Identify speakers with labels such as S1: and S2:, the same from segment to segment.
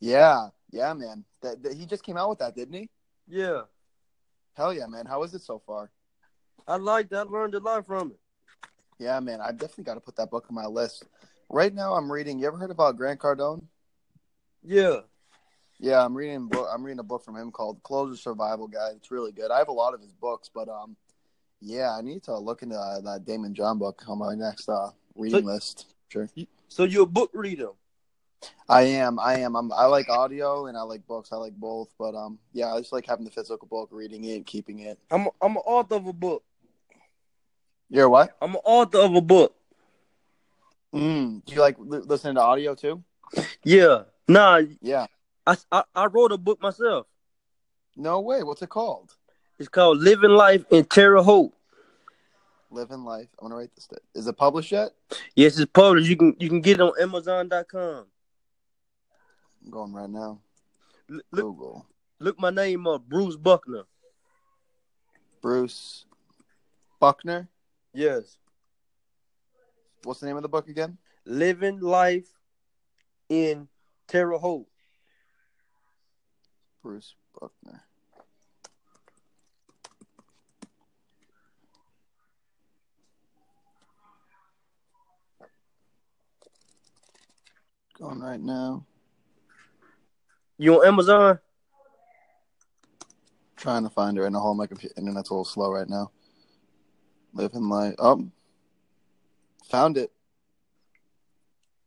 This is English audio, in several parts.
S1: Yeah, yeah, man. That, that he just came out with that, didn't he?
S2: Yeah,
S1: Hell yeah, man. How is it so far?
S2: I liked. I learned a lot from it.
S1: Yeah, man. I definitely got to put that book on my list. Right now, I'm reading. You ever heard about Grant Cardone?
S2: Yeah,
S1: Yeah, I'm reading. a book- I'm reading a book from him called "Closer Survival Guide." It's really good. I have a lot of his books, but um, yeah, I need to look into uh, that Damon John book on my next uh reading
S2: So-
S1: list. Sure,
S2: so you're a book reader.
S1: I am. I am. I'm, I like audio and I like books. I like both, but um, yeah, I just like having the physical book, reading it, keeping it.
S2: I'm a, I'm an author of a book.
S1: You're what?
S2: I'm an author of a book.
S1: Mm. Do you like li- listening to audio too?
S2: Yeah. Nah,
S1: Yeah.
S2: I, I I wrote a book myself.
S1: No way. What's it called?
S2: It's called Living Life in Terre Haute.
S1: Living life. I'm gonna write this. Down. Is it published yet?
S2: Yes, it's published. You can you can get it on Amazon.com.
S1: I'm going right now.
S2: Look look,
S1: Google.
S2: look my name up, Bruce Buckner.
S1: Bruce Buckner.
S2: Yes.
S1: What's the name of the book again?
S2: Living life in Terre Haute.
S1: Bruce Buckner. Going right now.
S2: You on Amazon?
S1: Trying to find her in a hole. My computer internet's a little slow right now. Living life. Oh, found it.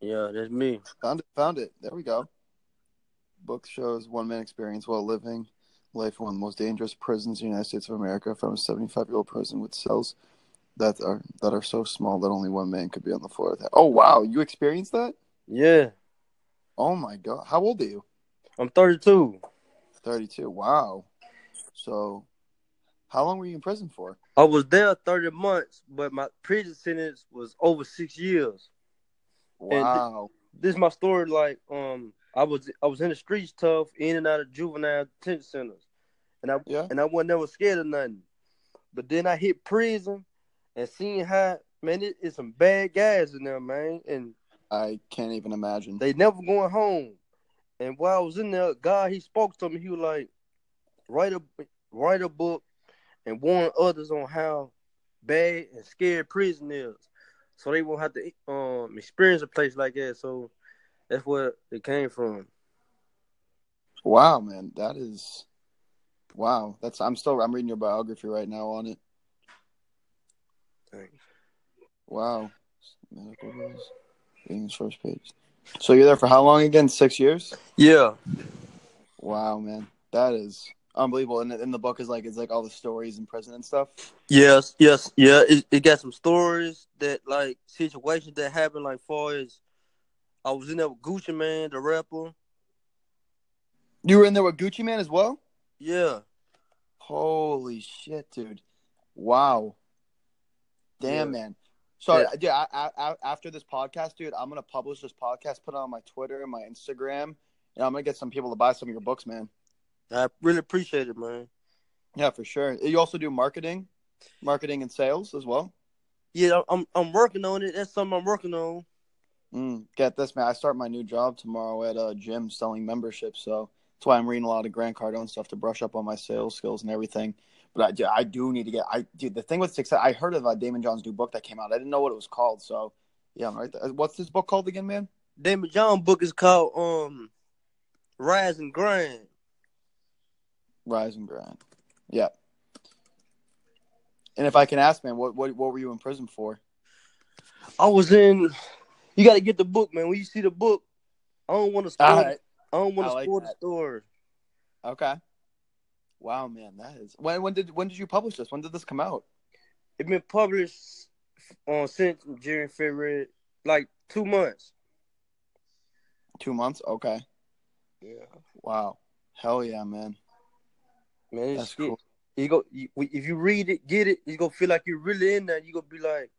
S2: Yeah, that's me.
S1: Found it. Found it. There we go. Book shows one man experience while living life in one of the most dangerous prisons in the United States of America from a 75 year old prison with cells that are that are so small that only one man could be on the floor. Of that. Oh wow, you experienced that?
S2: Yeah.
S1: Oh my god, how old are you?
S2: I'm 32.
S1: 32. Wow. So, how long were you in prison for?
S2: I was there 30 months, but my prison sentence was over six years.
S1: Wow.
S2: This is my story. Like, um, I was I was in the streets, tough, in and out of juvenile detention centers, and I
S1: Yeah.
S2: and I wasn't never scared of nothing. But then I hit prison, and seeing how man, it is some bad guys in there, man, and
S1: I can't even imagine.
S2: they never going home. And while I was in there, God, he spoke to me. He was like, write a write a book and warn others on how bad and scared prison is, so they won't have to um experience a place like that. So that's where it came from.
S1: Wow, man. That is Wow. That's I'm still I'm reading your biography right now on it.
S2: Thanks.
S1: Wow. Medical bills. Reading this first page. So you're there for how long again? Six years?
S2: Yeah,
S1: Wow, man. That is unbelievable. And in the book is like it's like all the stories in prison and stuff.
S2: yes, yes, yeah. It, it got some stories that like situations that happened. Like far as I was in there with Gucci Man, the rapper.
S1: You were in there with Gucci Man as well?
S2: Yeah,
S1: Holy shit, dude! Wow, damn,
S2: Yeah.
S1: man. So,
S2: Yeah.
S1: yeah, dude, I, I, I, after this podcast, dude, I'm gonna publish this podcast, put it on my Twitter and my Instagram, and I'm gonna get some people to buy some of your books, man.
S2: I really appreciate it, man.
S1: Yeah, for sure. You also do marketing, marketing and sales as well.
S2: Yeah, I'm I'm working on it. That's something I'm working on.
S1: Mm, get this, man. I start my new job tomorrow at a gym selling memberships, so that's why I'm reading a lot of Grant Cardone stuff to brush up on my sales skills and everything. But I, do- I do need to get. I dude, the thing with success. I heard of uh, Damon John's new book that came out. I didn't know what it was called. So yeah, I'm right. There. Uh, What's this book called again, man?
S2: Damon John book is called um Rise and Grind.
S1: Rise and Grind. Yeah. And if I can ask, man, what what what were you in prison for?
S2: I was in you gotta get the book, man. When you see the book, I don't wanna spoil
S1: All right.
S2: I don't wanna
S1: I like
S2: spoil the
S1: that.
S2: story.
S1: Okay. Wow, man, that is. When when did when did you publish this? When did this come out?
S2: It been published on since January, February, like two months.
S1: Two months. Okay.
S2: Yeah.
S1: Wow. Hell yeah, man.
S2: Man, it's
S1: That's
S2: it-
S1: cool.
S2: You go you, if you read it, get it, you gonna feel like you're really in there. You gonna be like,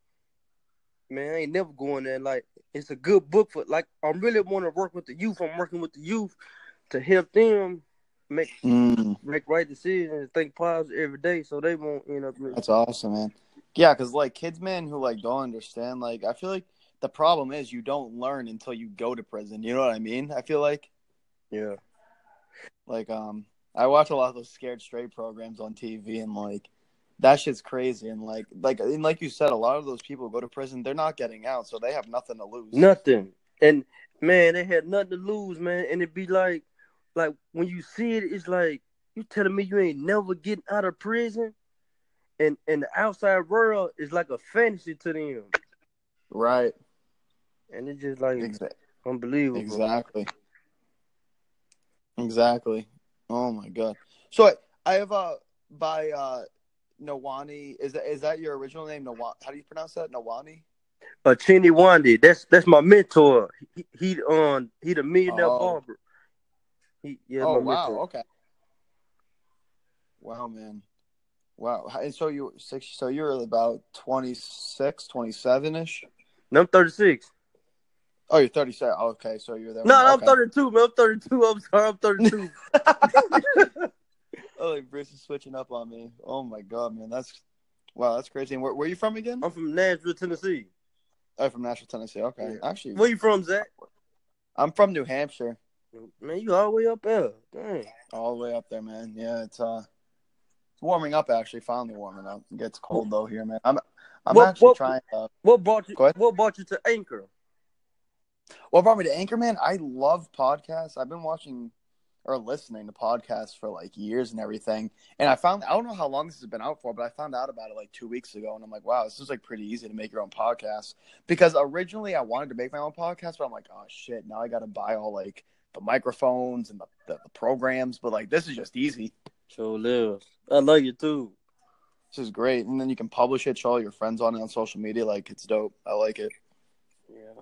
S2: man, I ain't never going there. Like it's a good book for like I really wanna work with the youth. I'm working with the youth to help them make
S1: Mm,
S2: make right decisions and think positive every day so they won't end up in
S1: that's awesome, man. Yeah, because like kids, man, who like don't understand. Like, I feel like the problem is you don't learn until you go to prison. You know what I mean? I feel like
S2: Yeah.
S1: Like um I watch a lot of those scared straight programs on TV and like that shit's crazy and like like and like you said, a lot of those people go to prison, they're not getting out, so they have nothing to lose.
S2: Nothing. And man, they had nothing to lose, man. And it'd be like like when you see it, it's like you telling me you ain't never getting out of prison? And and the outside world is like a fantasy to them.
S1: Right.
S2: And it's just like
S1: Exa-
S2: unbelievable.
S1: Exactly. Exactly. Oh my god. So I, I have uh by uh Nawani is that is that your original name Nawani? How do you pronounce that? Nawani?
S2: Uh, Chinny Wandy, that's that's my mentor. He, he um he the millionaire
S1: Oh.
S2: barber. He, yeah,
S1: oh
S2: my
S1: wow.
S2: mentor.
S1: Okay. Wow, man. Wow. How- And so you were six. So you were about 26, 27 ish.
S2: And I'm 36.
S1: Oh, you're 37. Okay, so you're there.
S2: No,
S1: when-
S2: I'm
S1: okay.
S2: 32, man. I'm 32. I'm sorry, I'm 32.
S1: Oh, like Bruce is switching up on me. Oh my god, man. That's wow. That's crazy. And where, where are you from again?
S2: I'm from Nashville, Tennessee.
S1: Oh, from Nashville, Tennessee. Okay, actually,
S2: Where you from, Zach?
S1: I'm from New Hampshire.
S2: Man, you all the way up there. Dang.
S1: All the way up there, man. Yeah, it's uh, it's warming up actually. Finally warming up. It gets cold though here, man. I'm I'm
S2: What-
S1: actually
S2: what-
S1: trying. Uh,
S2: What brought you?
S1: Go ahead.
S2: What brought you to Anchor?
S1: what brought me to Anchorman? I love podcasts. I've been watching or listening to podcasts for like years and everything. And I found I don't know how long this has been out for, but I found out about it like two weeks ago, and I'm like, wow, this is like pretty easy to make your own podcast. Because originally I wanted to make my own podcast, but I'm like, oh shit, now I got to buy all like the microphones and the, the, the programs. But like this is just easy.
S2: Sure lives. I love you too.
S1: This is great. And then you can publish it, show all your friends on it on social media. Like, it's dope. I like it.
S2: Yeah.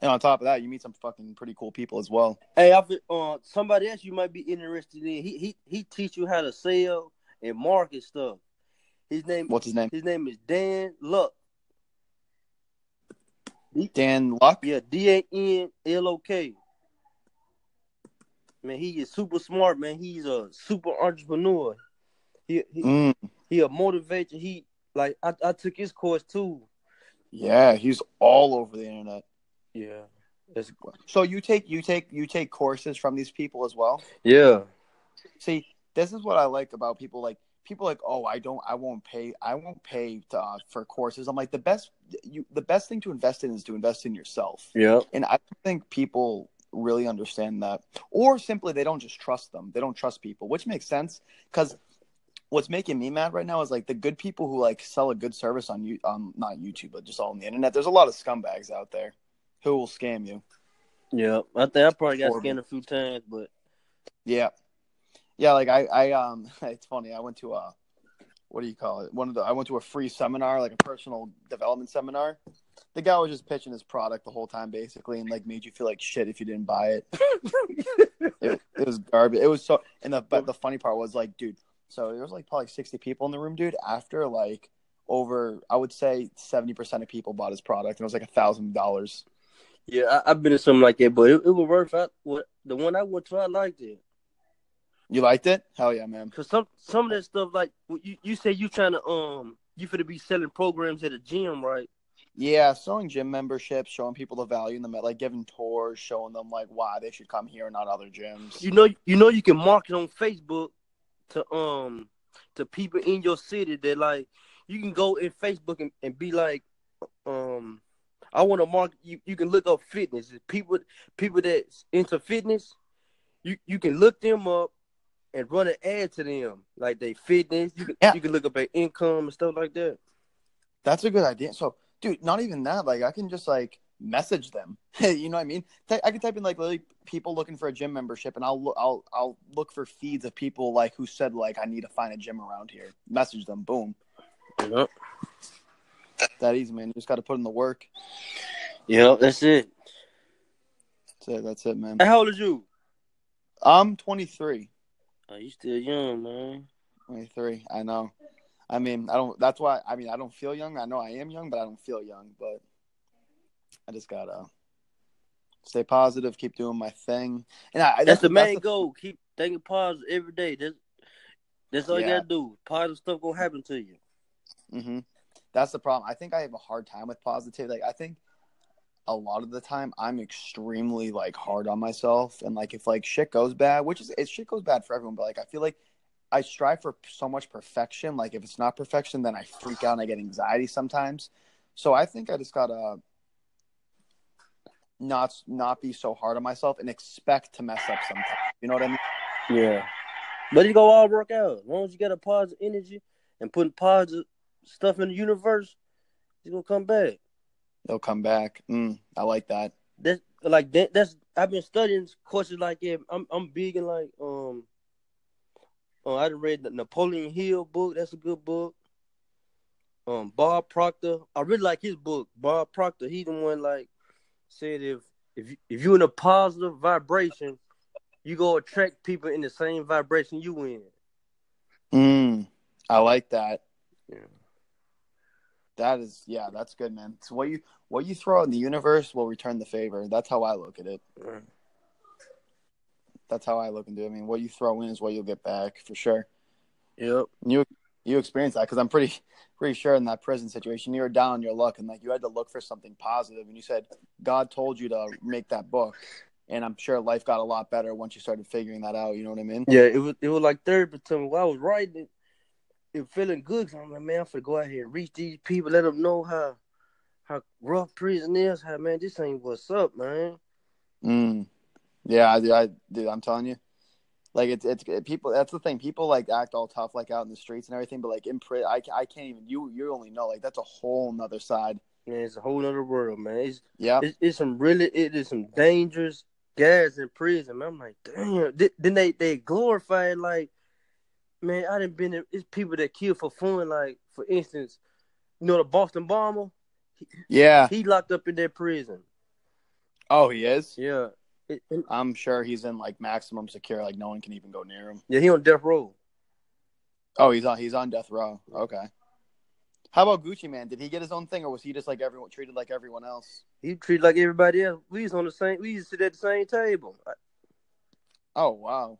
S1: And on top of that, you meet some fucking pretty cool people as well.
S2: Hey, I feel, uh, somebody else you might be interested in. He he he teach you how to sell and market stuff. His name
S1: What's his name?
S2: his name is Dan Luck.
S1: Dan Luck?
S2: Yeah, D A N L O K. Man, he is super smart. Man, he's a super entrepreneur. He he,
S1: Mm,
S2: he a motivator. He like I, I took his course too.
S1: yeah, he's all over the internet.
S2: Yeah, that's
S1: So you take you take you take courses from these people as well.
S2: yeah.
S1: See, this is what I like about people like people like, "Oh, I don't I won't pay I won't pay to, uh, for courses." I'm like, "The best you the best thing to invest in is to invest in yourself."
S2: Yeah.
S1: And I don't think people really understand that, or simply they don't just trust them. They don't trust people, which makes sense because what's making me mad right now is like the good people who like sell a good service on you, um, not YouTube, but just all on the internet. There's a lot of scumbags out there who will scam you.
S2: Yeah, I think I probably got
S1: Horrible.
S2: scanned a few times, but
S1: Yeah, yeah. Like I, I um, it's funny. I went to a, what do you call it? One of the I went to a free seminar, like a personal development seminar. The guy was just pitching his product the whole time, basically, and like made you feel like shit if you didn't buy it. it, it was garbage. It was so, and the but the funny part was like, dude. So there was like probably sixty people in the room, dude. After like over, I would say seventy percent of people bought his product, and it was like a thousand dollars.
S2: yeah, I, I've been in something like that, but it, it was worth it. What the one I went to, I liked it
S1: You liked it? Hell yeah, man.
S2: because some some of that stuff, like what you you say, you trying to um, you finna be selling programs at a gym, right?
S1: Yeah, selling gym memberships, showing people the value in them, like giving tours, showing them like why they should come here and not other gyms.
S2: You know, you know, you can market on Facebook to um to people in your city that like you can go in Facebook and, and be like um. I want to market. You, you can look up fitness. People people that's into fitness, you you can look them up and run an ad to them, like they fitness. You can
S1: Yeah.
S2: you can look up their income and stuff like that.
S1: That's a good idea. So, dude, not even that. Like, I can just like message them. you know what I mean? Ty- I can type in like literally people looking for a gym membership, and I'll lo- I'll I'll look for feeds of people like who said like I need to find a gym around here. Message them. Boom.
S2: Yep,
S1: That easy, man. You just got to put in the work.
S2: yep, that's it.
S1: That's it. That's it, man.
S2: And How old is you?
S1: I'm 23.
S2: Oh, you still young, man.
S1: 23. I know. I mean, I don't. That's why. I mean, I don't feel young. I know I am young, but I don't feel young. But I just gotta stay positive, keep doing my thing, and I,
S2: That's the main
S1: that's
S2: goal. Keep thinking positive every day. That's that's all you
S1: Yeah.
S2: gotta do. Positive stuff gonna happen to you.
S1: Mm-hmm. hmm That's the problem. I think I have a hard time with positivity. Like I think a lot of the time I'm extremely like hard on myself and like if like shit goes bad, which is it shit goes bad for everyone, but like I feel like I strive for so much perfection. Like if it's not perfection, then I freak out and I get anxiety sometimes. So I think I just gotta not not be so hard on myself and expect to mess up sometimes. You know what I mean?
S2: Yeah. Let it go all work out. As long as you got a positive energy and putting positive stuff in the universe, it's gonna come back.
S1: They'll come back. Mm, I like that.
S2: That's like that, that's I've been studying courses like yeah, I'm I'm big in like um uh, I done read the Napoleon Hill book, that's a good book. Um Bob Proctor. I really like his book. Bob Proctor, he the one like said if if you, if you're in a positive vibration, you go attract people in the same vibration you in.
S1: Mm, I like that.
S2: Yeah.
S1: That is yeah, that's good, man. So what you what you throw out in the universe will return the favor. That's how I look at it. That's how I look into it. I mean, what you throw in is what you'll get back for sure.
S2: Yep.
S1: You you experienced that because I'm pretty pretty sure in that prison situation you were down on your luck and like you had to look for something positive and you said God told you to make that book and I'm sure life got a lot better once you started figuring that out. You know what I mean?
S2: Yeah, it was it was like therapy to me. While I was writing it, it feeling good. 'cause I'm like, man, I'm finna go out here and reach these people, let them know how how rough prison is. How man, this ain't what's up, man.
S1: Mm. Yeah, I, I dude, I'm telling you, like it's it's it- people. That's the thing. People like act all tough, like out in the streets and everything, but like in prison, I, I can't even. You you only know like that's a whole nother side.
S2: Man, it's a whole other world, man. It's,
S1: Yeah,
S2: it's it's some really it is some dangerous guys in prison. Man. I'm like, damn. Th- Then they they glorified like, man, I didn't been in- it's people that kill for fun. Like for instance, you know the Boston bomber,
S1: yeah.
S2: he locked up in that prison.
S1: Oh, he is.
S2: Yeah, It- and-
S1: I'm sure he's in like maximum secure. Like no one can even go near him.
S2: yeah, he on death row.
S1: Oh, he's on he's on death row. Okay. How about Gucci Man? Did he get his own thing, or was he just like everyone treated like everyone else?
S2: He treated like everybody else. We was on the same. We used to sit at the same table. I-
S1: Oh wow,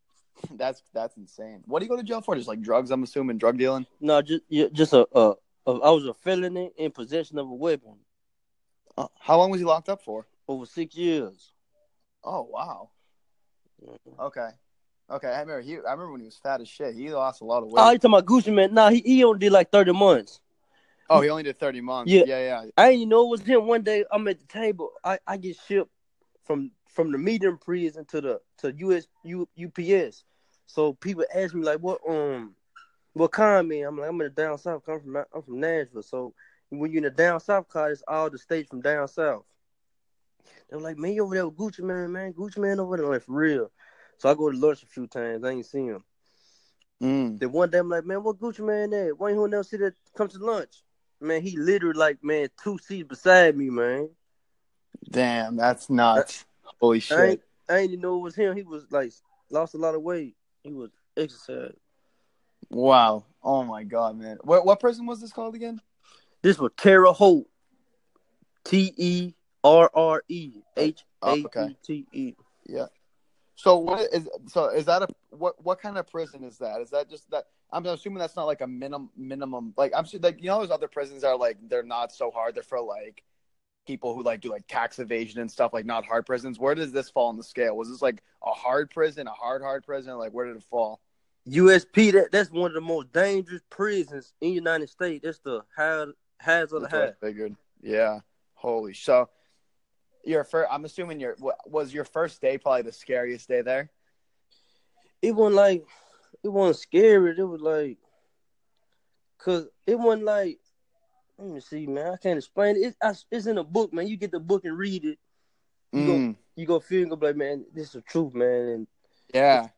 S1: that's that's insane. What do you go to jail for? Just like drugs, I'm assuming, drug dealing.
S2: No, just yeah, just a, a, a I was a felony in possession of a weapon
S1: Uh, how long was he locked up for?
S2: over six years.
S1: Oh wow. Okay. Okay, I remember he. I remember when he was fat as shit. He lost a lot of weight.
S2: Oh, you talking about Gucci man? Nah, he, he only did like thirty months.
S1: oh, he only did thirty months.
S2: Yeah.
S1: Yeah, yeah, yeah.
S2: I ain't even know it was him. One day I'm at the table. I, I get shipped from from the medium prison to the to US U, UPS. So people ask me like, what um, what kind me? I'm like, I'm in the down south. I'm from I'm from Nashville. So when you're in the down south, car, it's all the states from down south. They're like, man, you over there with Gucci man, man, Gucci man over there, I'm like for real. So I go to lunch a few times. I ain't seen him.
S1: Mm.
S2: Then one day I'm like, man, what Gucci man at? Why ain't who else see that come to lunch? Man, he literally like, man, two seats beside me, man.
S1: Damn, that's nuts. Holy shit.
S2: I ain't, I ain't even know it was him. He was like lost a lot of weight. He was exercise.
S1: Wow. Oh my god, man. What what prison was this called again?
S2: This was Terra Hope. T E R R E H
S1: Oh,
S2: A
S1: okay.
S2: U T E.
S1: Yeah. So what is so is that a what what kind of prison is that? Is that just that? I'm assuming that's not like a minimum minimum. Like I'm su- like you know, there's other prisons that are like they're not so hard. They're for like people who like do like tax evasion and stuff. Like not hard prisons. Where does this fall on the scale? Was this like a hard prison, a hard hard prison? Like where did it fall?
S2: USP, that, that's one of the most dangerous prisons in the United States. That's the high, highs of the
S1: That's what I
S2: high.
S1: figured. Yeah. Holy. So your first. I'm assuming your wa- was your first day probably the scariest day there.
S2: It wasn't like, it wasn't scary. It was like, cause it wasn't like, let me see, man. I can't explain it. It's, I, it's in a book, man. You get the book and read it. You go-
S1: Mm,
S2: You go feel and go be like, man, this is the truth, man. And
S1: yeah.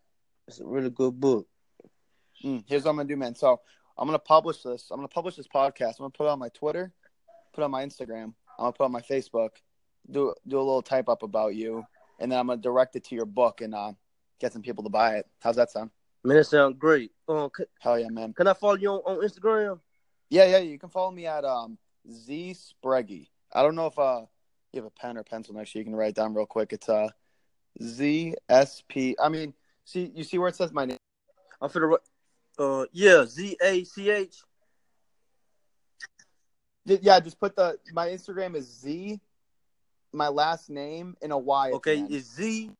S2: it's a really good book.
S1: Mm, here's what I'm gonna do, man. So I'm gonna publish this. I'm gonna publish this podcast. I'm gonna put it on my Twitter, put it on my Instagram. I'm gonna put it on my Facebook. Do do a little type up about you, and then I'm gonna direct it to your book and uh, get some people to buy it. How's that sound?
S2: Man, that sounds great. Uh, can,
S1: Hell yeah, man.
S2: can I follow you on, on Instagram?
S1: Yeah, yeah. You can follow me at um Z Spreggy. I don't know if uh you have a pen or pencil next to you. You can write it down real quick. It's uh Z S P. I mean, see you see where it says my name.
S2: I'm finna, ri- uh, yeah, Z A C H.
S1: Yeah, just put the my Instagram is Z my last name in a Y. at the
S2: Okay,
S1: end.
S2: it's Z